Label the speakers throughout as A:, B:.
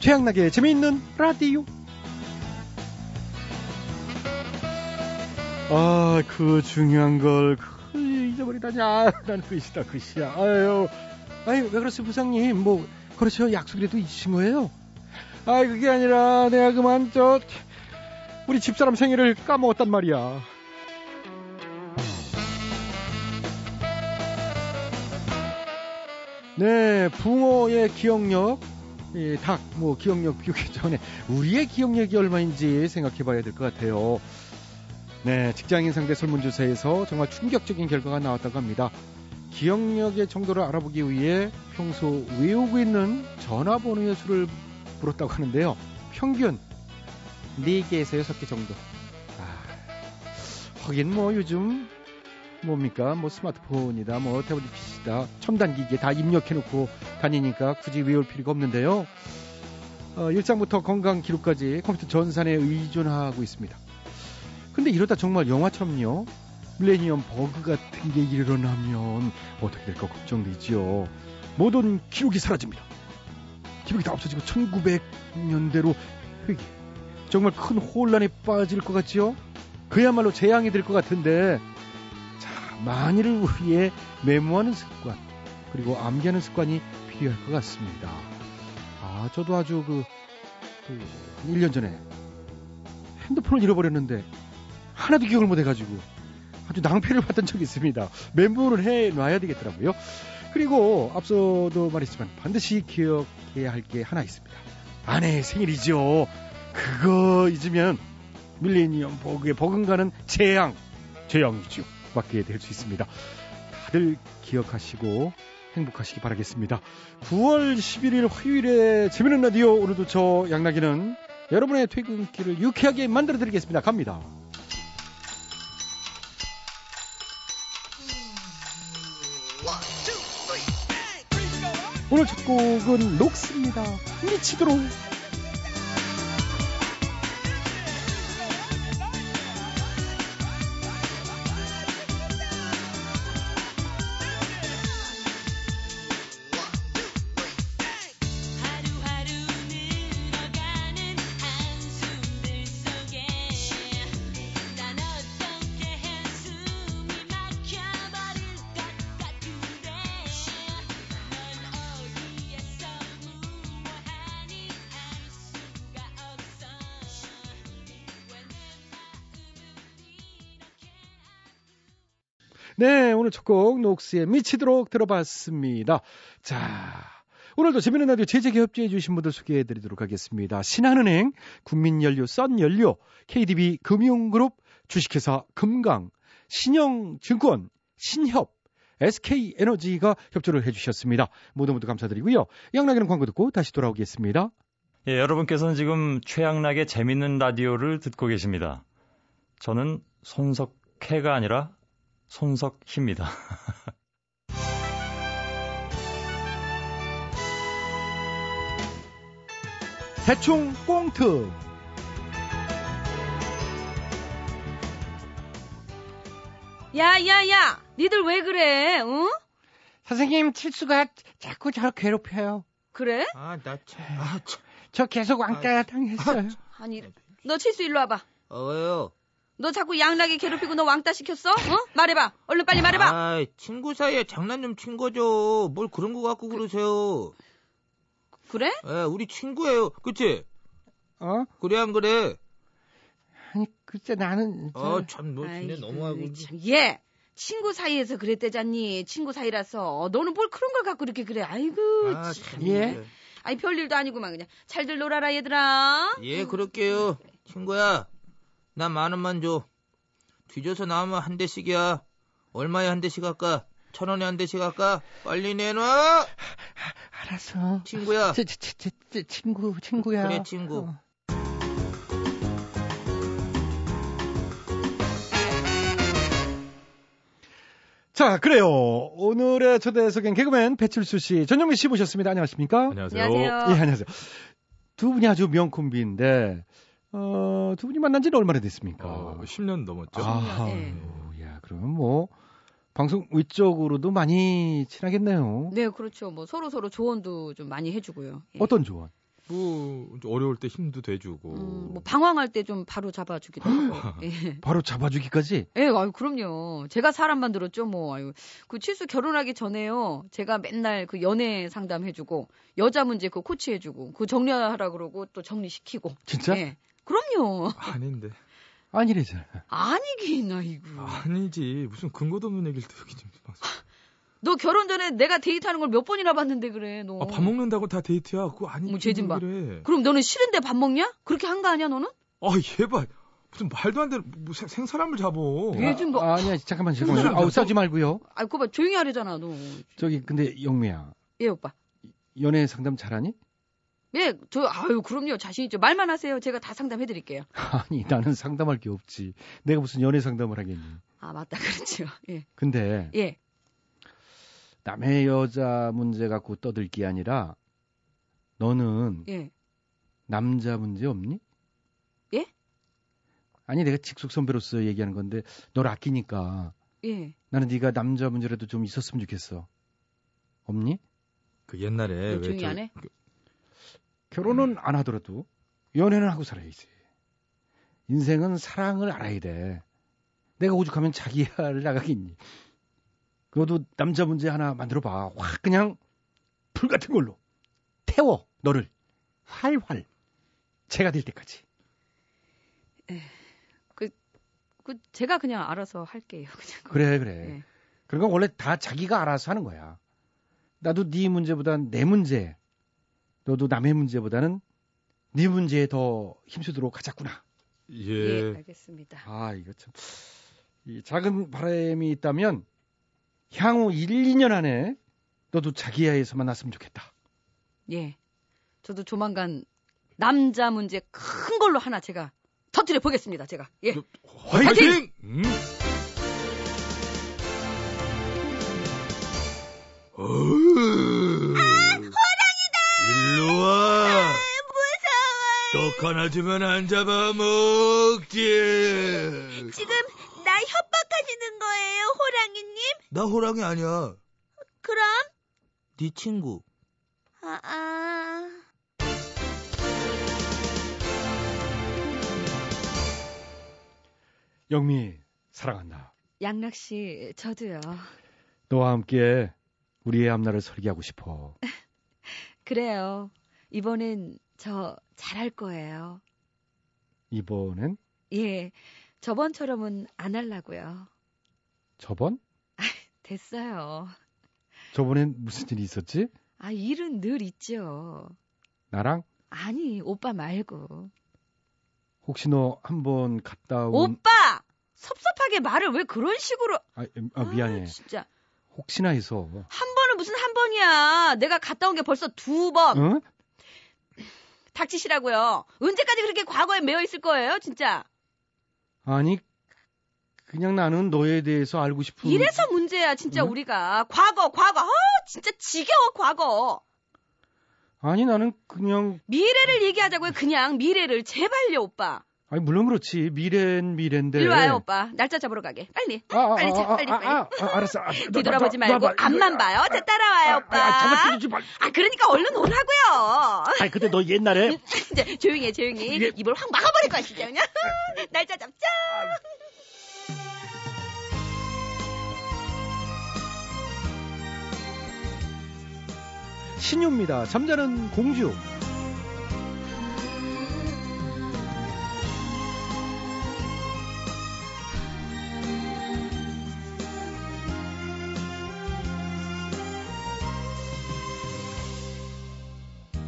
A: 최양락의 재미있는 라디오. 아, 그 중요한 걸 그, 잊어버리다니. 아, 난 글씨다, 글씨야. 아유, 아유, 왜 그러세요, 부장님. 뭐, 그렇죠. 약속이라도 잊으신 거예요? 아, 그게 아니라, 내가 그만, 저, 우리 집사람 생일을 까먹었단 말이야. 네, 붕어의 기억력, 예, 닭, 뭐, 기억력 비우기 전에 우리의 기억력이 얼마인지 생각해 봐야 될 것 같아요. 네, 직장인 상대 설문조사에서 정말 충격적인 결과가 나왔다고 합니다. 기억력의 정도를 알아보기 위해 평소 외우고 있는 전화번호의 수를 물었다고 하는데요. 평균 4개에서 6개 정도. 아, 하긴 뭐 요즘 뭡니까? 뭐 스마트폰이다, 뭐 태블릿 PC다, 첨단 기기에 다 입력해놓고 다니니까 굳이 외울 필요가 없는데요. 어, 일상부터 건강 기록까지 컴퓨터 전산에 의존하고 있습니다. 근데 이러다 정말 영화처럼요. 밀레니엄 버그 같은 게 일어나면 어떻게 될까 걱정되지요. 모든 기록이 사라집니다. 기록이 다 없어지고 1900년대로 회귀. 정말 큰 혼란에 빠질 것 같지요? 그야말로 재앙이 될 것 같은데 자, 만일을 위해 메모하는 습관, 그리고 암기하는 습관이 필요할 것 같습니다. 아, 저도 아주 그, 그, 한 1년 전에 핸드폰을 잃어버렸는데, 하나도 기억을 못 해가지고, 아주 낭패를 봤던 적이 있습니다. 메모를 해 놔야 되겠더라고요. 그리고 앞서도 말했지만 반드시 기억해야 할 게 하나 있습니다. 아내의 생일이죠. 그거 잊으면 밀레니엄 버그의 버금가는 재앙, 재앙이죠. 받게 될 수 있습니다. 다들 기억하시고 행복하시기 바라겠습니다. 9월 11일 화요일에 재미있는 라디오 오늘도 저 양락이는 여러분의 퇴근길을 유쾌하게 만들어 드리겠습니다. 갑니다. 오늘 첫 곡은 녹습니다. 미치도록.
B: 하루하루 늘어가는 한숨들 속에 난 어떻게 한숨이 막혀버릴 것 같은데 넌 어디에서 무모하니 알 수가 없어 왜 내 마음은
A: 네, 오늘 첫 곡 녹스의 미치도록 들어봤습니다. 자, 오늘도 재미있는 라디오 제작에 협조해 주신 분들 소개해 드리도록 하겠습니다. 신한은행, 국민연료, 썬연료, KDB 금융그룹, 주식회사 금강, 신영증권, 신협, SK에너지가 협조를 해주셨습니다. 모두 모두 감사드리고요. 양락이는 광고 듣고 다시 돌아오겠습니다.
C: 예, 여러분께서는 지금 최양락의 재밌는 라디오를 듣고 계십니다. 저는 손석해가 아니라 손석희입니다.
A: 대충 꽁트.
D: 야야야, 니들 왜 그래? 응?
A: 선생님, 칠수가 자꾸 저를 괴롭혀요.
D: 그래?
E: 아, 나 참. 아, 참.
A: 저 계속
E: 왕따
A: 당했어요.
D: 아니, 너 칠수 일로 와봐.
E: 어요.
D: 너 자꾸 양락이 괴롭히고 너 왕따 시켰어? 어? 말해봐. 얼른 빨리 말해봐.
E: 아, 친구 사이에 장난 좀 친 거죠. 뭘 그런 거 갖고 그러세요.
D: 그래?
E: 예, 우리 친구예요. 그치?
A: 어?
E: 그래, 안 그래?
A: 아니 글쎄 나는
E: 아, 참, 너 진짜
D: 아이고,
E: 너무하고.
D: 참, 예. 친구 사이에서 그랬대잖니. 친구 사이라서 너는 뭘 그런 걸 갖고 이렇게 그래. 아이고.
E: 아,
D: 참.
E: 참.
A: 예?
D: 아니 별일도 아니고만 그냥 잘들 놀아라 얘들아.
E: 예, 그럴게요. 친구야, 나 만 원만 줘. 뒤져서 나오면 한 대씩이야. 얼마에 한 대씩 할까? 천 원에 한 대씩 할까? 빨리 내놔!
A: 알았어
E: 친구야.
A: 제, 제, 제, 제 친구 친구야 어.
E: 그래, 아. 친구.
A: 자 그래요 오늘의 초대석엔 개그맨 배칠수 씨 전영민 씨 모셨습니다 안녕하십니까
F: 안녕하세요.
D: 안녕하세요.
A: 예 안녕하세요 두 분이 아주 명 콤비인데 어, 두 분이 만난 지는 얼마나 됐습니까
F: 어, 10년 넘었죠.
A: 아,
D: 예.
A: 야 그러면 뭐 방송 외적으로도 많이 친하겠네요
D: 네, 그렇죠. 뭐 서로 서로 조언도 좀 많이 해주고요. 예.
A: 어떤 조언
F: 뭐 어려울 때 힘도 돼주고.
D: 음, 뭐 방황할 때 좀 바로 잡아주기도 하고. 예.
A: 바로 잡아주기까지?
D: 예, 아유, 그럼요. 제가 사람 만들었죠, 뭐. 아유. 그 치수 결혼하기 전에요. 제가 맨날 그 연애 상담해주고, 여자 문제 그 코치해주고, 그 정리하라 그러고, 또 정리시키고.
A: 진짜?
D: 예. 그럼요.
F: 아닌데.
A: 아니래잖아.
D: 아니긴, 아이고.
F: 아니지. 무슨 근거도 없는 얘기를 또 여기 좀. 방송-
D: 너 결혼 전에 내가 데이트하는 걸 몇 번이나 봤는데 그래, 너.
F: 아, 밥 먹는다고 다 데이트야. 그거 아니지.
D: 어머, 쟤좀 어. 뭐 봐.
F: 그래.
D: 그럼 너는 싫은데 밥 먹냐? 그렇게 한 거 아니야, 너는?
F: 아, 얘발. 무슨 말도 안 되는 뭐 생- 생사람을 잡어.
D: 예. 요즘 뭐-
A: 아, 아니야, 잠깐만, 잠깐만.
F: 혼자
A: 아우, 싸우지 말고요.
D: 아, 그거 봐, 조용히 하려잖아, 너.
A: 저기, 근데 영미야,
D: 예, 오빠.
A: 연애 상담 잘하니?
D: 예, 저, 아유, 그럼요. 자신있죠. 말만 하세요. 제가 다 상담해드릴게요.
A: 아니, 나는 상담할 게 없지. 내가 무슨 연애 상담을 하겠니?
D: 아, 맞다. 그렇죠. 예.
A: 근데
D: 예.
A: 남의 여자 문제 갖고 떠들 게 아니라 너는
D: 예.
A: 남자 문제 없니?
D: 예?
A: 아니 내가 직속 선배로서 얘기하는 건데 널 아끼니까
D: 예.
A: 나는 네가 남자 문제라도 좀 있었으면 좋겠어. 없니?
F: 그 옛날에
G: 네,
D: 너 네, 조용히
F: 저-
D: 안 해?
A: 결혼은 안 하더라도 연애는 하고 살아야지. 인생은 사랑을 알아야 돼. 내가 오죽하면 자기야를 나가겠니? 그것도 남자 문제 하나 만들어 봐. 확 그냥 불 같은 걸로 태워 너를 활활 제가 될 때까지.
D: 그, 제가 그냥 알아서 할게요. 그냥.
A: 그래 그래.
D: 네.
A: 그런 건 원래 다 자기가 알아서 하는 거야. 나도 네 문제보단 내 문제, 너도 남의 문제보다는 네 문제에 더 힘쓰도록 하자꾸나.
D: 예,
F: 예.
D: 알겠습니다.
A: 아 이거 참. 이 작은 바람이 있다면 향후 1, 2년 안에 너도 자기야에서 만났으면 좋겠다.
D: 예. 저도 조만간 남자 문제 큰 걸로 하나 제가 터뜨려 보겠습니다. 제가. 예.
A: 그-
F: 화이팅! 음.
D: 아,
E: 어으. 일로 와. 떡 하나 주면 안 잡아먹지.
B: 지금 나 협박하시는 거예요, 호랑이님?
E: 나 호랑이 아니야.
B: 그럼?
E: 네 친구.
B: 아, 아.
A: 영미 사랑한다.
D: 양락 씨, 저도요.
A: 너와 함께 우리의 앞날을 설계하고 싶어.
D: 그래요. 이번엔 저 잘할 거예요.
A: 이번엔
D: 예. 저번처럼은 안 하려고요.
A: 저번?
D: 됐어요.
A: 저번엔 무슨 일이 있었지?
D: 아, 일은 늘 있죠.
A: 나랑
D: 아니, 오빠 말고.
A: 혹시 너 한 번 갔다 온
D: 오빠! 섭섭하게 말을 왜 그런 식으로.
A: 아, 음, 아, 미안해.
D: 아, 진짜.
A: 혹시나 해서.
D: 한 번은 무슨 한 번이야. 내가 갔다 온 게 벌써 두 번.
A: 응?
D: 닥치시라고요. 언제까지 그렇게 과거에 매여 있을 거예요, 진짜.
A: 아니, 그냥 나는 너에 대해서 알고 싶은.
D: 이래서 문제야, 진짜
A: 응?
D: 우리가. 과거, 과거. 어, 진짜 지겨워, 과거.
A: 아니, 나는 그냥. 음.
D: 미래를 얘기하자고요, 그냥. 미래를. 제발요, 오빠.
A: 아니, 물론 그렇지. 미래는 미래인데.
D: 일로 와요, 오빠. 날짜 잡으러 가게. 빨리.
A: 네. 아, 아,
D: 빨리
A: 아,
D: 자,
A: 아,
D: 빨리,
A: 아,
D: 빨리.
A: 아, 아, 알았어. 아, 너,
D: 뒤돌아봐지
A: 너, 너,
D: 말고
A: 너, 너,
D: 앞만
A: 너,
D: 봐요. 제 따라와요, 오빠.
A: 아, 잡아뜯지 말.
D: 아, 그러니까 얼른 오라고요.
A: 아니, 근데 너 옛날에.
D: 이제 조용히 해, 조용히.
A: 이게-
D: 입을 확 막아버릴 거야, 진짜 그냥. 날짜 잡자.
A: 신유입니다. 잠자는 공주.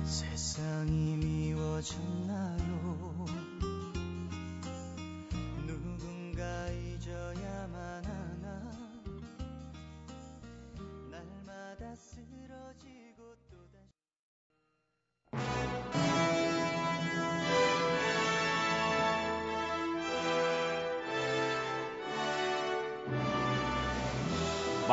H: 세상이 미워졌나요? 누군가 잊어야만 하나? 날마다 쓰러지고 또다시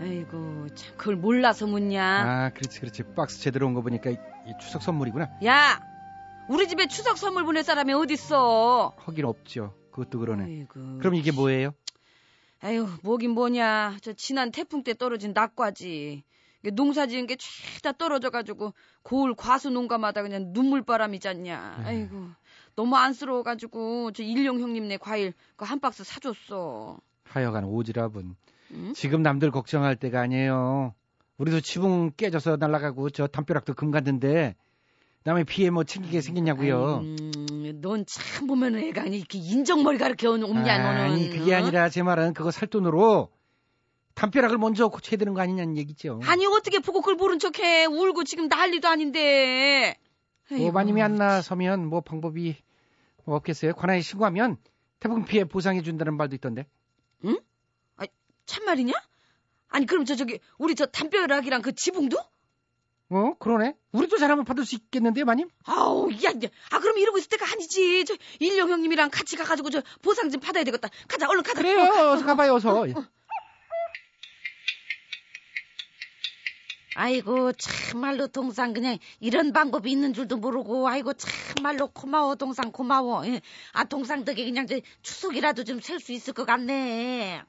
D: 아이고 참 그걸 몰라서 묻냐.
A: 아, 그렇지, 그렇지. 박스 제대로 온 거 보니까 이, 이 추석 선물이구나.
D: 야 우리 집에 추석 선물 보낼 사람이 어딨어.
A: 허긴 없죠. 그것도 그러네.
D: 아이고.
A: 그럼 이게 뭐예요?
D: 아유 뭐긴 뭐냐. 저 지난 태풍 때 떨어진 낙과지. 이게 농사 지은 게 죄다 떨어져가지고 고을 과수 농가마다 그냥 눈물바람이잖냐.
A: 네.
D: 아이고 너무 안쓰러워가지고 저 일용 형님네 과일 그 한 박스 사줬어.
A: 하여간 오지랖은
D: 응?
A: 지금 남들 걱정할 때가 아니에요. 우리도 지붕 깨져서 날아가고 저 담벼락도 금 갔는데 남의 피해 뭐 챙기게 생겼냐고요.
D: 음, 넌 참 보면은 애가 아니 이렇게 인정머리 가르켜 없냐 너는.
A: 아니 그게
D: 어?
A: 아니라 제 말은 그거 살 돈으로 담벼락을 먼저 고쳐야 되는 거 아니냐는 얘기죠.
D: 아니 어떻게 보고 그걸 모른 척해 울고 지금 난리도 아닌데. 아이고.
A: 오바님이 안 나서면 뭐 방법이 뭐 없겠어요? 관할에 신고하면 태풍 피해 보상해 준다는 말도 있던데.
D: 참말이냐? 아니 그럼 저 저기 우리 저 담벼락이랑 그 지붕도?
A: 어 그러네. 우리도 잘하면 받을 수 있겠는데 마님?
D: 아우 야, 야. 아 그럼 이러고 있을 때가 아니지. 저 일용 형님이랑 같이 가가지고 저 보상 좀 받아야 되겠다. 가자 얼른 가자.
A: 그래요. 어서 가봐요. 어서.
B: 아이고 참말로 동상 그냥 이런 방법이 있는 줄도 모르고 아이고 참말로 고마워 동상 고마워 예. 아 동상 덕에 그냥 이제 추석이라도 좀 셀 수 있을 것 같네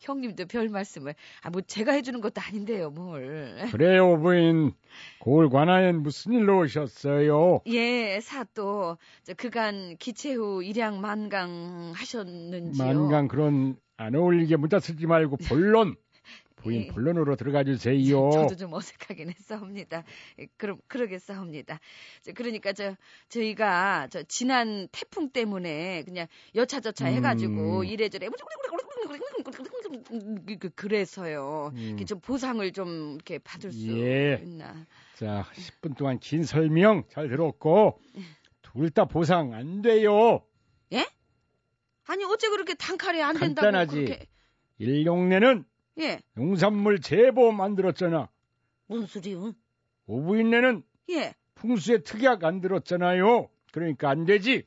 D: 형님도 별 말씀을. 아 뭐 제가 해주는 것도 아닌데요 뭘.
I: 그래요, 부인. 고을 관하엔 무슨 일로 오셨어요?
D: 예, 사또 저 그간 기체후 일양 만강 하셨는지요?
I: 만강 그런 안 어울리게 문자 쓰지 말고 본론.
D: 예.
I: 부인 본론으로 들어가 주세요.
D: 저도 좀 어색하긴 했사옵니다. 예, 그럼 그러겠사옵니다. 저, 그러니까 저 저희가 저 지난 태풍 때문에 그냥 여차저차 해가지고
I: 음.
D: 이래저래 그- 그래서요.
A: 음.
D: 이렇게 좀 보상을 좀 이렇게 받을 수
I: 예.
D: 있나?
I: 자, 10분 동안 긴 설명 잘 들었고 둘 다 보상 안 돼요.
D: 아니 어째 그렇게 단칼에 안 된다고
I: 간단하지.
D: 그렇게
I: 일용내는
D: 예
I: 농산물 제보 만들었잖아.
B: 뭔 소리요
I: 오부인내는
D: 예.
I: 풍수의 특약 안 들었잖아요. 그러니까 안 되지.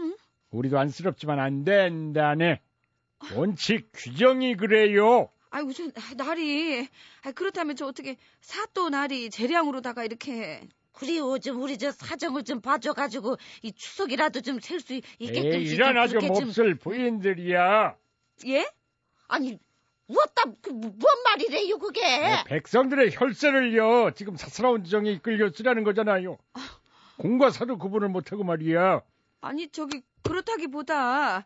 D: 응?
I: 우리도 안쓰럽지만 안 된다네. 원칙 규정이 그래요.
D: 아이고 저 날이 아, 그렇다면 저 어떻게 사또 날이 재량으로다가 이렇게
B: 그리고 좀 우리 저 사정을 좀 봐줘가지고 이 추석이라도 좀 셀 수 있게끔
I: 에이, 이런 아주
B: 그렇게 좀-
I: 몹쓸 부인들이야.
D: 예?
B: 아니 무엇다 그, 뭐- 뭔 말이래요 그게
I: 네, 백성들의 혈세를요. 지금 사사로운 정에 이끌려 쓰라는 거잖아요. 공과 사를 구분을 못하고 말이야.
D: 아니 저기 그렇다기보다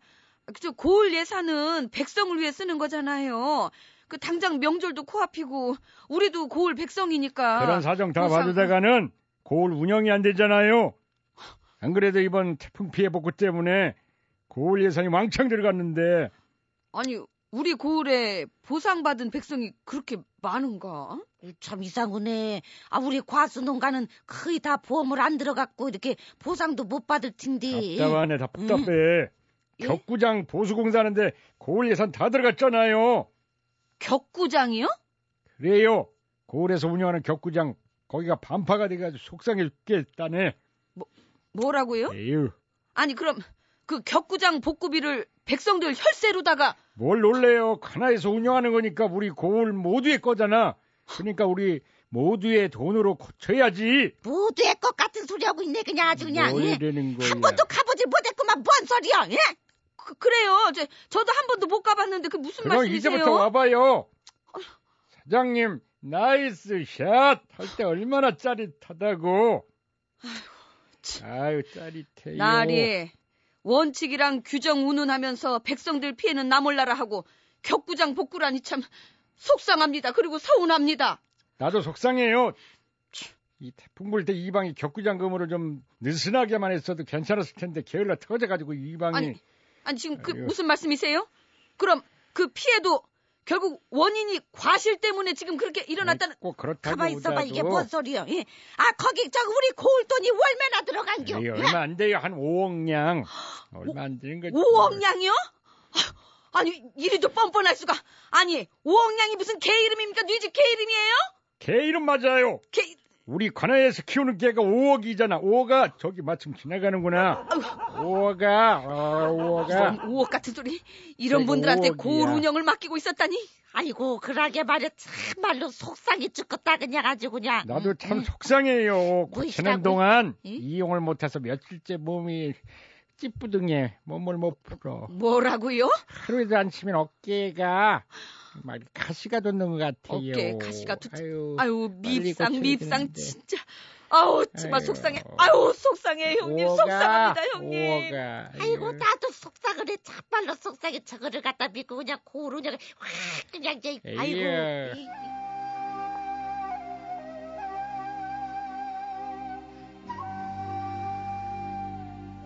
D: 저 고을 예산은 백성을 위해 쓰는 거잖아요. 그 당장 명절도 코앞이고 우리도 고을
B: 아,
D: 백성이니까.
I: 그런 사정 다
D: 보상-
I: 받으다가는 고을 운영이 안 되잖아요. 안 그래도 이번 태풍 피해 복구 때문에 고을 예산이 왕창 들어갔는데
D: 아니 우리 고을에 보상받은 백성이 그렇게 많은가?
B: 어, 참 이상하네. 아 우리 과수 농가는 거의 다 보험을 안 들어갔고 이렇게 보상도 못 받을 텐데.
I: 답답하네
B: 음.
I: 답답해. 격구장 보수공사하는데 고을 예산 다 들어갔잖아요.
D: 격구장이요?
I: 그래요. 고을에서 운영하는 격구장 거기가 반파가 돼가지고 속상해 죽겠다네.
D: 뭐라고요?
I: 에휴,
D: 아니 그럼 그 격구장 복구비를 백성들 혈세로다가
I: 뭘 놀래요. 하나에서 운영하는 거니까 우리 고을 모두의 거잖아. 그러니까 우리 모두의 돈으로 고쳐야지.
B: 모두의 것 같은 소리 하고 있네 그냥 아주 그냥.
I: 뭐
B: 예?
I: 이러는 거야.
B: 한 번도 가보질 못했구만 뭔 소리야? 예?
D: 그, 그래요. 저, 저도 한 번도 못 가봤는데 그 무슨
I: 그럼
D: 말씀이세요?
I: 이제부터 와봐요. 사장님, 나이스 샷! 할 때 얼마나 짜릿하다고. 아유, 짜릿해요.
D: 나리 원칙이랑 규정 운운하면서 백성들 피해는 나몰라라 하고 격구장 복구라니 참 속상합니다. 그리고 서운합니다.
I: 나도 속상해요. 이 태풍 불 때 이방이 격구장금으로 좀 느슨하게만 했어도 괜찮았을 텐데 게을러 터져가지고 이방이
D: 아니, 아니 지금 그
I: 아이고.
D: 무슨 말씀이세요? 그럼 그 피해도 결국 원인이 과실 때문에 지금 그렇게 일어났다는
I: 꼭 그렇다고
B: 가만 있어봐
I: 보다도
B: 이게 뭔 소리야? 예? 아 거기 저 우리 고울 돈이 월매나 들어간겨?
I: 에이,
B: 예?
I: 얼마 안 돼요 한 5억량 얼마 안 되는 거지
D: 5억 양이요? 아, 아니 이리도 뻔뻔할 수가.
B: 네
D: 아니 5억 양이 무슨 개 이름입니까? 뉘집 개 이름이에요?
I: 개 이름 맞아요
D: 개
I: 우리 관아에서 키우는 개가 5억이잖아. 5억아 저기 마침 지나가는구나. 5억아, 어, 5억아.
D: 뭐 우억 같은 소리. 이런
I: 저희가
D: 분들한테
I: 우억이야.
D: 고울 운영을 맡기고 있었다니.
B: 아이고 그러게 말이야 참말로 속상이 죽겠다 그냥 아주 그냥
I: 나도 참 속상해요. 고치는
B: 음, 뭐시라고요? 예?
I: 동안
B: 응?
I: 이용을 못해서 며칠째 몸이 찌뿌둥해. 몸을 못 풀어.
D: 뭐라고요?
I: 하루에도 안 치면 어깨가 막 가시가 돋는 것 같아요.
D: 어깨에 가시가 돋-
I: 아유,
D: 아유
I: 그 빨리
D: 밉상
I: 고쳐야
D: 밉상
I: 되는데.
D: 진짜. 아우 정말
I: 아유.
D: 속상해. 아유 속상해 형님
I: 오가,
D: 속상합니다 형님.
I: 오가,
B: 아이고 나도 속상을 해 참말로 속상해 저거를 갖다 믿고 그냥 고루 그냥 확 그냥 이제 아이고
I: 에이야.
B: 이-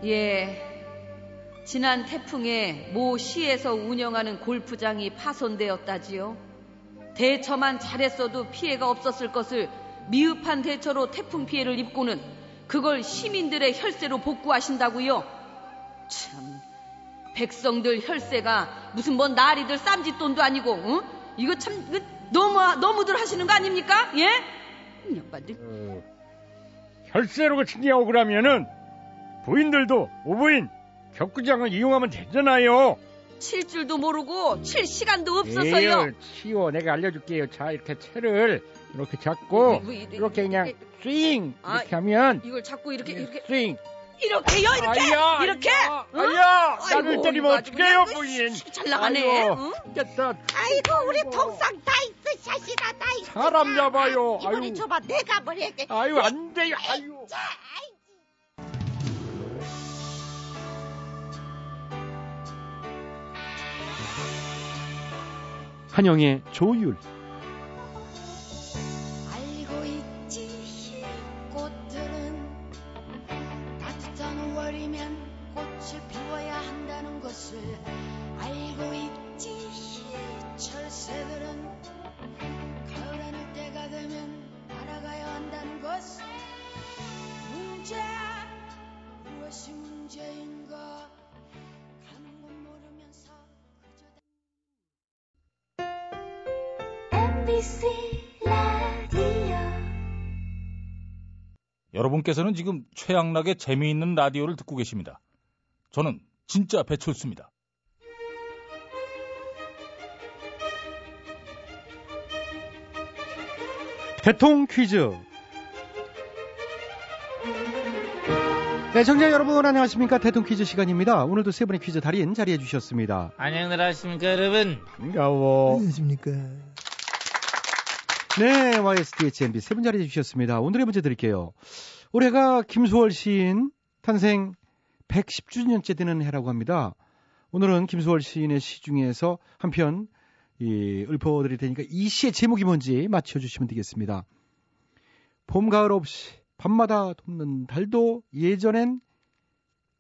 D: 예. 지난 태풍에 모 시에서 운영하는 골프장이 파손되었다지요. 대처만 잘했어도 피해가 없었을 것을 미흡한 대처로 태풍 피해를 입고는 그걸 시민들의 혈세로 복구하신다고요. 참 백성들 혈세가 무슨 뭔 나리들 쌈짓돈도 아니고 응? 이거 참 이거 너무 너무들 하시는 거 아닙니까? 예? 이 양반들
I: 어, 혈세로 고치냐고 그러면은 부인들도 오부인 격구장을 이용하면 되잖아요.
D: 칠 줄도 모르고 칠 시간도 없어서요.
I: 에이, 치워 내가 알려줄게요. 자 이렇게 채를 이렇게 잡고
D: 이- 뭐 이- 이-
I: 뭐 이렇게 그냥 스윙
D: 아,
I: 이렇게 하면
D: 이걸 자꾸 이렇게 이렇게
I: 스윙
D: 예. 이렇게요 이렇게
I: 아야,
D: 이렇게
I: 아야,
D: 응?
I: 아야
D: 아이고,
I: 나를 때리면
D: 이거 아주
I: 어떡해요
D: 그냥
I: 부인?
D: 씨, 잘 나가네.
I: 아이고,
D: 응?
I: 됐다.
B: 아이고 우리 동상 나이스 샷이다 나이스
I: 사람 잡아요.
B: 샷. 이번에
I: 아유.
B: 줘봐 내가 뭘 했게
I: 아유 안 돼요. 아유.
A: 한영의 조율
J: 알고 있지 힐꽃들은 따뜻한 5월이면 꽃을 피워야 한다는 것을 알고 있지 힐철새들은 가을 하늘 때가 되면 날아가야 한다는 것을 문제 무엇이 문제인가 가는 곳 모르면서 그저 MBC 라디오
K: 여러분께서는 지금 최양락의 재미있는 라디오를 듣고 계십니다. 저는 진짜 배철수입니다.
A: 대통 퀴즈. 네, 청자 여러분 안녕하십니까? 대통 퀴즈 시간입니다. 오늘도 세 분의 퀴즈 달인 자리해 주셨습니다.
E: 안녕들 하십니까 여러분
I: 반가워.
G: 안녕하십니까.
A: 네, YSDHMB 세 분 자리해 주셨습니다. 오늘의 문제 드릴게요. 올해가 김수월 시인 탄생 110주년째 되는 해라고 합니다. 오늘은 김수월 시인의 시 중에서 한편 이, 읊어드릴 테니까 이 시의 제목이 뭔지 맞춰주시면 되겠습니다. 봄, 가을 없이 밤마다 돕는 달도 예전엔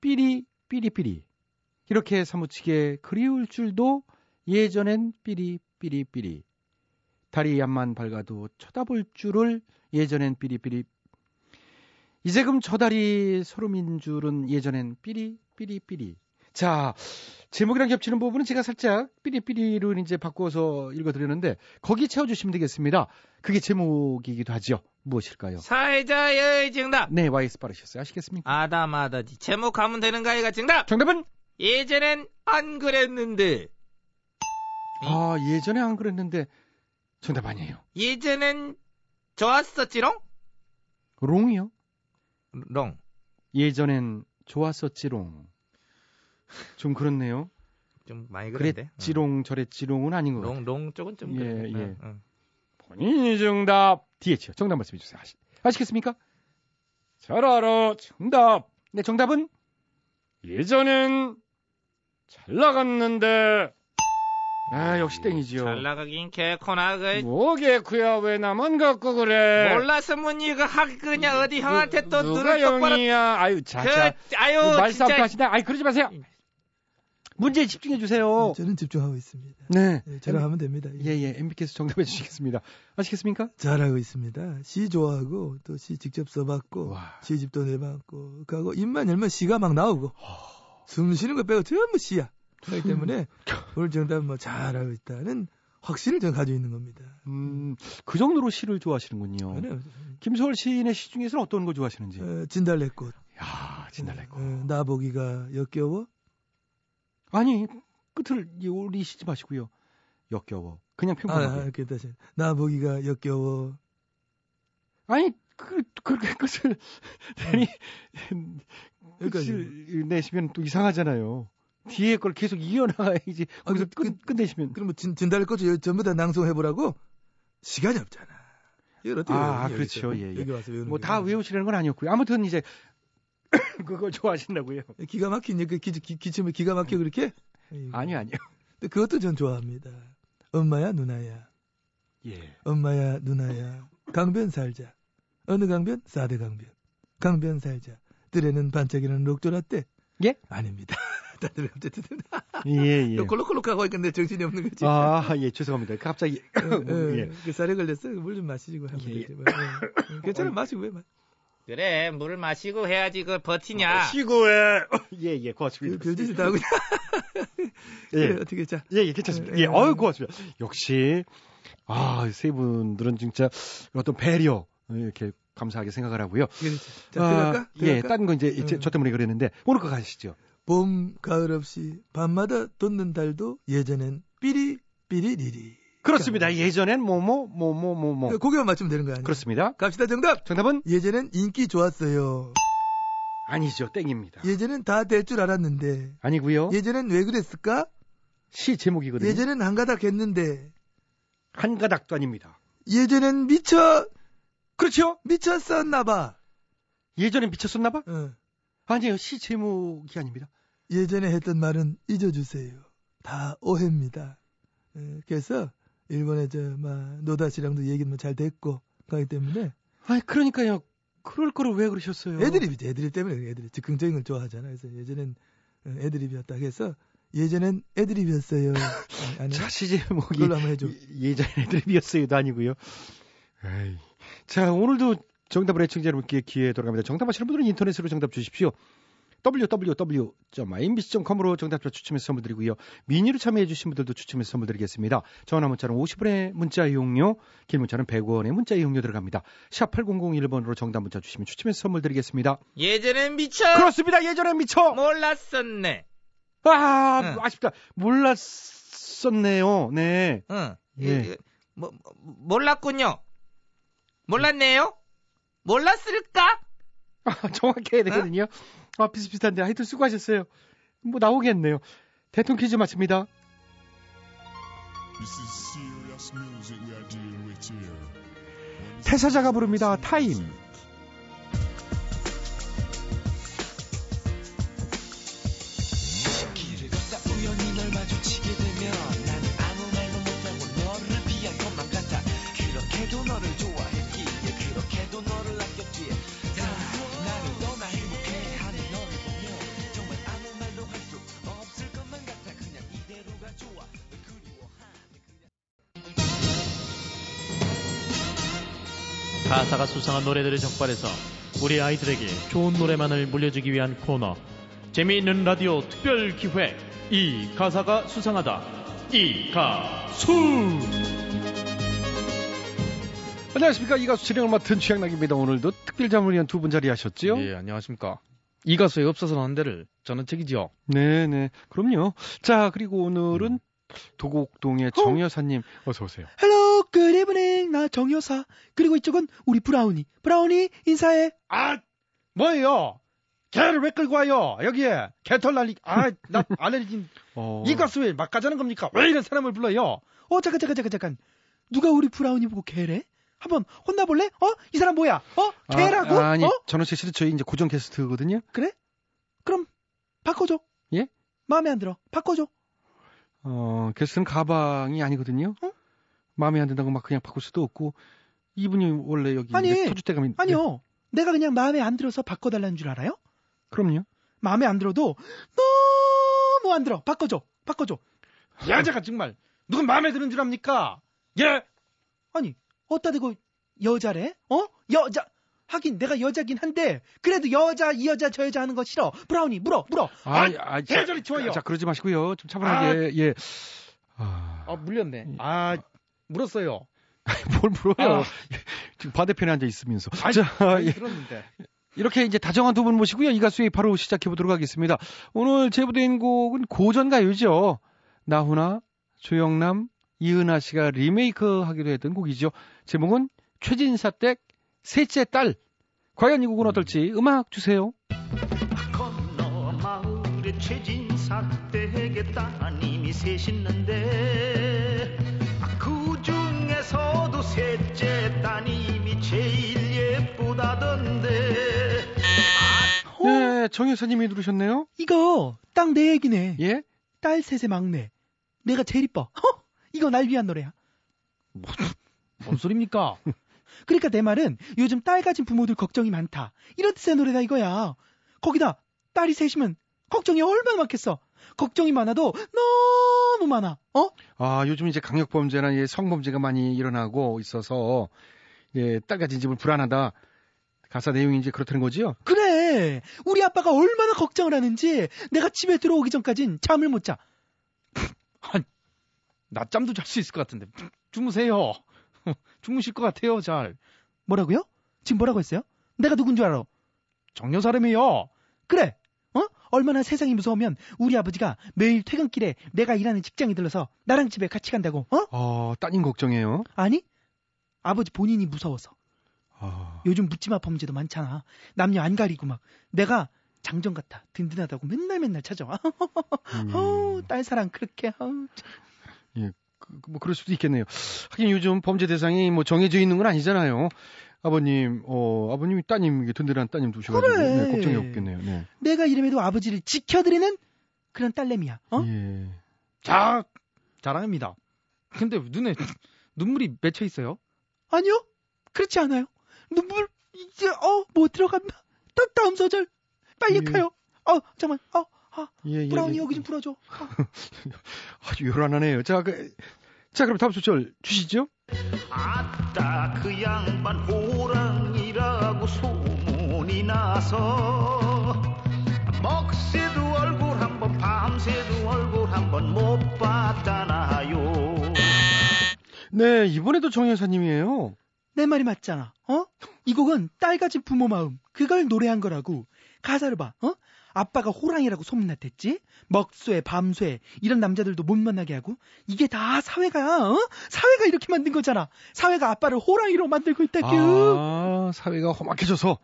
A: 삐리, 삐리, 삐리. 이렇게 사무치게 그리울 줄도 예전엔 삐리, 삐리, 삐리. 달이 얌만 밝아도 쳐다볼 줄을 예전엔 삐리삐리 이제 금 저 달이 소름인 줄은 예전엔 삐리삐리삐리 자 제목이랑 겹치는 부분은 제가 살짝 삐리삐리로 이제 바꿔서 읽어드렸는데 거기 채워주시면 되겠습니다 그게 제목이기도 하죠 무엇일까요
E: 사회자의 정답
A: 네 YS 빠르셨어요 아시겠습니까
E: 아다마다지 네 제목 하면 되는 가이가 정답
A: 정답은
E: 예전엔 안 그랬는데
A: 아 예전에 안 그랬는데 정답 아니에요
E: 예전엔 좋았었지롱
A: 롱이요
E: 롱
A: 예전엔 좋았었지롱 좀 그렇네요
E: 좀 많이 그런데
A: 그랬지롱 저랬지롱은 아닌 것 같아요
E: 롱, 롱 쪽은 좀
A: 예,
E: 그래.
A: 예.
E: 응, 응.
I: 본인이 정답.
A: DH요. 정답 말씀해 주세요. 아시, 아시겠습니까?
I: 잘 알아. 정답.
A: 네, 정답은
I: 예전엔 잘 나갔는데. 아, 역시 땡이지요.
E: 예, 잘 나가긴 개코나 그
I: 뭐
A: 네,
I: 개코야 왜 나만 갖고 그래?
E: 몰라서 문이가 학 그냥 어디 형한테 또
I: 누-
E: 눈을
I: 누가
E: 똑바로
I: 영이야? 아유, 자, 자.
E: 그 아유
I: 말싸움
E: 진짜
I: 하시다. 아이 그러지 마세요.
A: 문제에 집중해 주세요.
G: 저는 집중하고 있습니다.
A: 네.
G: 예, 제가 하면 됩니다. 예.
A: 예, 예. MB께서 정답해 주시겠습니다. 아시겠습니까?
G: 잘하고 있습니다. 시 좋아하고 또 시 직접 써봤고
A: 와.
G: 시집도 내봤고 그하고 입만 열면 시가 막 나오고 숨 쉬는 거 빼고 전부 시야. 그렇기 때문에 오늘 정답 뭐 잘하고 있다는
E: 확신을 저는 가지고 있는 겁니다. 네.
A: 음, 그 정도로 시를
I: 어,
A: 좋아하시는군요.
G: 네.
I: 네.
A: 김소월 시인의 시 중에서는 어떤 거 좋아하시는지?
E: 어, 진달래꽃.
A: 야, 진달래꽃.
E: 어, 나 보기가 역겨워?
A: 아니, 끝을 이 올리시지 마시고요. 역겨워. 그냥
E: 아, 아,
A: 평범하게.
E: 이렇게 다시. 나 보기가 역겨워.
A: 아니, 그, 그렇게 끝을
E: 음.
A: 아니, 끝을 내시면 또 이상하잖아요. 뒤에 걸 계속 이어나가야지. 거기서 끝, 끝내시면.
E: 그럼 뭐 진, 진달래꽃을 전부 다 낭송해보라고? 시간이 없잖아. 이걸 어떻게
A: 아,
E: 외우니,
A: 그렇죠.
E: 여기서.
A: 예,
E: 여기 와서
A: 예.
E: 외우는
A: 뭐 다 외우시라는 건 아니었고요. 아무튼 이제 그거 좋아하신다고요.
E: 기가 막히니 그 기, 기, 기침을 기가
A: 음.
E: 막혀 그렇게?
A: 아니요, 아니요.
E: 근데 그것도 전 좋아합니다. 엄마야 누나야.
A: 예.
E: 엄마야 누나야. 강변 살자. 어느 강변? 사대 강변. 강변 살자. 뜰에는 반짝이는 록조라떼.
A: 예?
E: 아닙니다. 다들 어쨌든
A: 예, 예.
E: 콜록콜록하고 있는데 정신이 없는 거지.
A: 아, 예, 죄송합니다. 갑자기.
E: 예,
A: 예.
E: 그 쌀에 걸렸어. 물 좀 마시고 하면 되지. 뭐. 예. 괜찮아
A: 어,
E: 마시고 해. 마.
L: 그래 물을 마시고 해야지 그
E: 아,
L: 버티냐.
A: 쉬고 해. 예, 예, 고맙습니다.
E: 그, 별짓을 다 하고. 그래, 어떻게 자.
A: 예, 예, 괜찮습니다. 예, 어유 고맙습니다. 역시, 아, 세 분들은 진짜 어떤 배려, 예, 이렇게 감사하게 생각을 하고요.
E: 자, 들어갈까?
A: 예,
E: 들어갈까? 음.
A: 다른 거 이제 제- 저 때문에 그랬는데, 오늘 거 가시죠.
E: 봄, 가을 없이 밤마다 돋는 달도 예전엔 삐리 삐리 리리.
A: 그렇습니다. 예전엔 뭐뭐, 뭐뭐,
L: 어.
A: 뭐뭐.
E: 고개만 맞추면 되는 거 아니에요?
A: 그렇습니다.
E: 갑시다 정답.
A: 정답은
E: 예전엔 인기 좋았어요.
A: 아니죠. 땡입니다.
E: 예전엔 다 될 줄 알았는데.
L: 어?
A: 아니고요.
E: 예전엔 왜 그랬을까?
A: 시 제목이거든요.
E: 예전엔 한 가닥 했는데.
A: 한 가닥도 아닙니다.
E: 예전엔 미쳐
A: 그렇죠?
E: 미쳤었나 봐. 어.
A: 예전에 미쳤었나 봐?
E: 응.
A: 아니에요. 시 제목이 아닙니다.
E: 예전에 했던 말은 잊어주세요. 다 오해입니다. 예, 그래서 일본의 저막 노다시랑도 얘기는 뭐잘 됐고 그렇기 때문에
A: 아니, 그러니까요. 그럴 거를 왜 그러셨어요?
E: 애드립이죠. 애드립 때문에 그래요. 애드립 즉흥적인 걸 좋아하잖아. 그래서 예전엔 어, 애드립이었다. 그래서 예전엔 애드립이었어요. 예, 아니,
A: 자, 시 제목이
E: 그걸로 한번 해줘.
A: 예전 애드립이었어요도 아니고요. 에이. 자, 오늘도 정답을 해청자 여러분께 기회 돌아갑니다. 그러니까 정답 아시는 분들은 인터넷으로 정답 주십시오. www.imbc.com으로 정답자 추첨해서 선물 드리고요. 미니로 참여해주신 분들도 추첨해서 선물 드리겠습니다. 전화 문자는 50원의 문자 이용료, 길 문자는 100원의 문자 이용료 들어갑니다. 샵 8001번으로 정답 문자 주시면 추첨해서 선물 드리겠습니다.
L: 예전엔 미쳐.
A: 그렇습니다. 예전에 미쳐.
L: 몰랐었네.
A: 아, 아쉽다. 몰랐었네요. 네.
L: 응.
A: 예.
L: 예, 뭐, 뭐, 몰랐군요. 몰랐네요. 몰랐을까?
A: 아, 정확해야 되거든요. 아, 비슷비슷한데. 하여튼 수고하셨어요. 뭐 나오겠네요. 대통령 퀴즈 마칩니다.
G: This is serious music we are dealing with here.
A: 태사자가 부릅니다. 타임.
M: 길을 걷다 우연히 널 마주치게 되면 나는 아무 말도 못하고 너를 피한 것만 같아 그렇게도 너를 좋아했기에 그렇게도 너를 아꼈기에 다 나는 너나 행복해 하는 너를 보면 정말 아무 말도 할 수 없을 것만 같아 그냥 이대로가 좋아 널 그리워하네
N: 가사가 수상한 노래들을 적발해서 우리 아이들에게 좋은 노래만을 물려주기 위한 코너 재미있는 라디오 특별 기획 이 가사가 수상하다 이 가수
A: 안녕하십니까. 이 가수 진행을 맡은 취향락입니다. 오늘도 특별자문위원 두 분 자리하셨지요?
O: 예, 안녕하십니까. 이 가수의 없어서는 안 되를 저는 책이지요.
A: 네네. 그럼요. 자, 그리고
I: 음.
A: 오늘은 도곡동의 정여사님 어서오세요.
I: 헬로 good evening 나 정여사 그리고 이쪽은 우리 브라우니 브라우니 인사해
P: 아 뭐예요? 개를 왜 끌고 와요? 여기에 개털 날리 아나 알레르기
A: 어.
P: 이 가수 왜 막가자는 겁니까? 왜 이런 사람을 불러요?
I: 어 잠깐 잠깐 잠깐 잠깐 누가 우리 브라우니 보고 개래 한번 혼나볼래 어 이 사람 뭐야 어 개라고
A: 아, 아니,
I: 어
A: 전원 씨 실은 저희 이제 고정 게스트거든요.
I: 그래 그럼 바꿔줘
A: 예?
I: 마음에 안 들어 바꿔줘
A: 어, 게스트는 가방이 아니거든요. 마음에 안 든다고 막 그냥 바꿀 수도 없고 이분이 원래 여기
I: 아니,
A: 이제
P: 네.
A: 네, 터줏대감이
I: 아니요 내가 그냥 마음에 안 들어서 바꿔달라는 줄 알아요
A: 그럼요.
I: 마음에 안 들어도 너무 안 들어 바꿔줘 바꿔줘
P: 여자가 정말 누군 마음에 드는 줄 압니까? 예?
I: 아니, 어따 대고 여자래? 어? 여자. 하긴 내가 여자긴 한데 그래도 여자 이 여자 저 여자 하는 거 싫어. 브라우니 물어 물어.
P: 그
A: 아, 아, 자, 자, 그러지 마시고요. 좀 차분하게. 예. 아,
G: 아, 물렸네. 아, 물었어요.
A: 뭘 물어요?
G: 아.
A: 지금 반대편에 앉아 있으면서.
G: 아니,
A: 자,
I: 그
G: 아니,
A: 예.
G: 들었는데.
A: 이렇게 이제 다정한 두 분 모시고요. 이 가수의 바로 시작해 보도록 하겠습니다. 오늘 제보된 곡은 고전 가요죠. 나훈아, 조영남, 이은하 씨가 리메이크 하기로 했던 곡이죠. 제목은 최진사 댁 셋째 딸. 과연 이 곡은 어떨지 음악 주세요.
N: 건너 마을에 최진사 댁에 따님이 셋있는데 그 중에서도 셋째 따님이 제일 예쁘다던데
A: 네, 정 여사님이 누르셨네요.
I: 이거 딱 내 얘기네.
A: 예?
I: 딸 셋의 막내. 내가 제일 이뻐. 허! 이거 날 위한 노래야.
A: 뭐,
G: 뭔 소리입니까?
I: 그러니까 내 말은 요즘 딸 가진 부모들 걱정이 많다. 이런 뜻의 노래다 이거야. 거기다 딸이 셋이면 걱정이 얼마나 많겠어. 걱정이 많아도 너무 많아. 어?
A: 아, 요즘 이제 강력범죄나 예, 성범죄가 많이 일어나고 있어서, 예, 딸 가진 집을 불안하다. 가사 내용이 이제 그렇다는 거지요?
I: 그래. 우리 아빠가 얼마나 걱정을 하는지 내가 집에 들어오기 전까진 잠을 못 자.
G: 아, 낮잠도 잘 수 있을 것 같은데. 주무세요. 주무실 것 같아요, 잘.
I: 뭐라고요? 지금 뭐라고 했어요? 내가 누군 줄 알아?
G: 정여사람이요.
I: 그래. 어? 얼마나 세상이 무서우면 우리 아버지가 매일 퇴근길에 내가 일하는 직장에 들러서 나랑 집에 같이 간다고. 어?
A: 어, 따님 걱정해요.
I: 아니? 아버지 본인이 무서워서.
A: 아.
I: 요즘 묻지마 범죄도 많잖아. 남녀 안 가리고 막. 내가 장정 같아. 든든하다고 맨날 맨날 찾아와.
A: 음.
I: 어우, 딸 사랑 그렇게. 어우, 참.
A: 예, 그, 뭐 그럴 수도 있겠네요. 하긴 요즘 범죄 대상이 뭐 정해져 있는 건 아니잖아요. 아버님, 어, 아버님이 따님, 이게 든든한 따님 두셔가지고
I: 그래.
A: 네, 걱정이 없겠네요. 네.
I: 내가 이름에도 아버지를 지켜드리는 그런 딸내미야. 어?
A: 예.
G: 자, 자랑입니다. 근데 눈에 눈물이 맺혀 있어요.
I: 아니요. 그렇지 않아요. 눈물 이제 어 못 들어간다. 다 다음 소절 빨리 가요. 어 잠만. 어 아,
A: 예, 예,
I: 브라운이
A: 예.
I: 여기 좀 풀어줘.
A: 아주 요란하네요. 자, 그, 자, 그럼 다음 소절 주시죠.
N: 아따 그 양반 호랑이라고 소문이 나서 먹새도 얼굴 한번 밤새도 얼굴 한번 못 봤잖아요
A: 네, 이번에도 정 여사님이에요.
I: 내 말이 맞잖아. 어? 이 곡은 딸 가진 부모 마음 그걸 노래한 거라고. 가사를 봐. 어? 아빠가 호랑이라고 소문났댔지? 먹쇠, 밤쇠 이런 남자들도 못 만나게 하고 이게 다 사회가 어? 사회가 이렇게 만든 거잖아. 사회가 아빠를 호랑이로 만들고 있다규.
A: 아, 사회가 험악해져서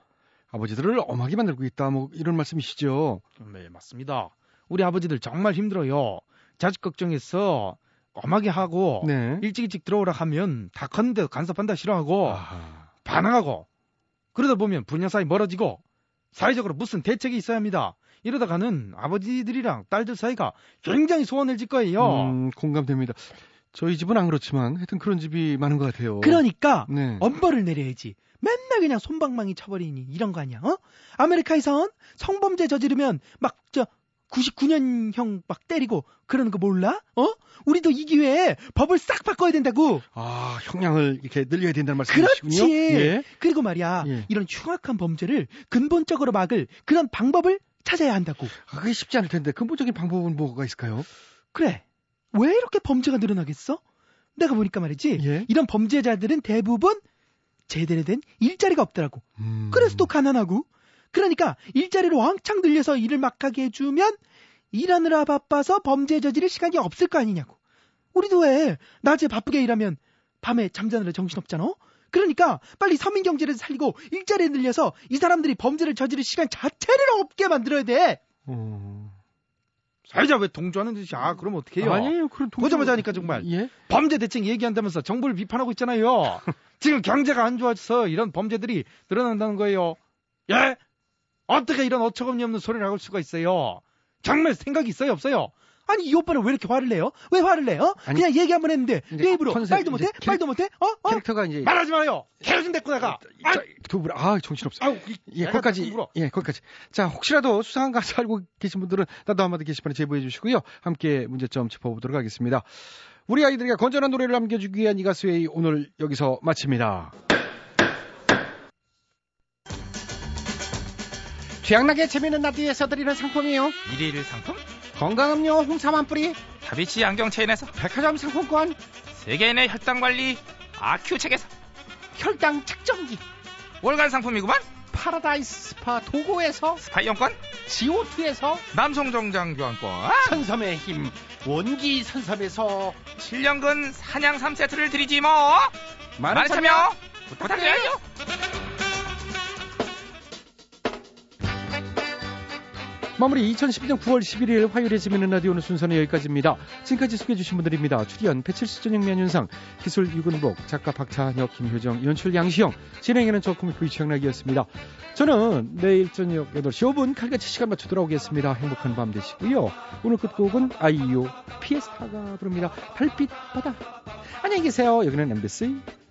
A: 아버지들을 엄하게 만들고 있다. 뭐 이런 말씀이시죠.
G: 네, 맞습니다. 우리 아버지들 정말 힘들어요. 자식 걱정해서 엄하게 하고
A: 네.
G: 일찍 일찍 들어오라 하면 다 컸는데 간섭한다 싫어하고 반항하고 그러다 보면 분야 사이 멀어지고 사회적으로 무슨 대책이 있어야 합니다. 이러다가는 아버지들이랑 딸들 사이가 굉장히 소원을 질 거예요.
A: 음, 공감됩니다. 저희 집은 안 그렇지만 하여튼 그런 집이 많은 것 같아요.
I: 그러니까
A: 네.
I: 엄벌을 내려야지. 맨날 그냥 손방망이 쳐버리니 이런 거 아니야? 어? 아메리카에선 성범죄 저지르면 막 저 99년형 막 때리고 그러는 거 몰라? 어? 우리도 이 기회에 법을 싹 바꿔야 된다고.
A: 아, 형량을 이렇게 늘려야 된다는 말씀이시군요.
I: 그렇지.
A: 예.
I: 그리고 말이야
A: 예.
I: 이런 흉악한 범죄를 근본적으로 막을 그런 방법을 찾아야 한다고.
A: 아, 그게 쉽지 않을 텐데 근본적인 방법은 뭐가 있을까요?
I: 그래. 왜 이렇게 범죄가 늘어나겠어? 내가 보니까 말이지
A: 예.
I: 이런 범죄자들은 대부분 제대로 된 일자리가 없더라고.
A: 음.
I: 그래서 또 가난하고. 그러니까 일자리를 왕창 늘려서 일을 막 하게 해주면 일하느라 바빠서 범죄 저지를 시간이 없을 거 아니냐고. 우리도 왜 낮에 바쁘게 일하면 밤에 잠자느라 정신없잖아. 그러니까 빨리 서민 경제를 살리고 일자리를 늘려서 이 사람들이 범죄를 저지를 시간 자체를 없게 만들어야 돼.
G: 사회자 왜 동조하는 듯이 아 그럼 어떡해요?
A: 아니에요. 그럼 동조-
G: 보자마자 하니까 정말
I: 예?
G: 범죄 대책 얘기한다면서 정부를 비판하고 있잖아요. 지금 경제가 안 좋아져서 이런 범죄들이 늘어난다는 거예요. 예? 어떻게 이런 어처구니 없는 소리를 할 수가 있어요? 정말 생각이 있어요 없어요?
I: 아니 이 오빠는 왜 이렇게 화를 내요? 왜 화를 내요? 그냥 얘기 한 번 했는데 내 입으로 말도 못해? 말도 못해? 어? 어?
A: 캐릭터가 이제
G: 말하지 마요. 개어진 됐고 내가.
A: 두 분, 아, 정신없어.
G: 아우,
A: 예,
G: 내가
A: 거기까지.
G: 자꾸 물어.
A: 예, 거기까지. 자, 혹시라도 수상한 가수 알고 계신 분들은 나도 한마디 게시판에 제보해 주시고요. 함께 문제점 짚어보도록 하겠습니다. 우리 아이들에게 건전한 노래를 남겨주기 위한 이 가수의 오늘 여기서 마칩니다.
E: 취향나게 재미있는 라디오에서 드리는 상품이요.
Q: 일일 상품?
E: 건강음료 홍삼 한 뿌리, 다비치 안경 체인에서
R: 백화점 상품권
E: 세계인의 혈당 관리 아큐 책에서
R: 혈당 측정기
E: 월간 상품이구만
R: 파라다이스 스파 도고에서
E: 스파 이용권
R: 지오투에서
E: 남성 정장 교환권
R: 선섬의 힘 원기 선섬에서
E: 7년근 사냥 3세트를 드리지 뭐 많은 참여 부탁드려요
A: 마무리 2012년 9월 11일 화요일에 재미있는 라디오는 순서는 여기까지입니다. 지금까지 소개해주신 분들입니다. 출연 배칠수 전영면 윤상, 기술 유근복, 작가 박찬혁, 김효정, 연출 양시영, 진행에는 저 코믹 부이청락이었습니다. 저는 내일 저녁 8시 5분 칼같이 시간 맞춰 돌아오겠습니다. 행복한 밤 되시고요. 오늘 끝곡은 아이유 피에스타가 부릅니다. 달빛 바다. 안녕히 계세요. 여기는 MBC
J: 아,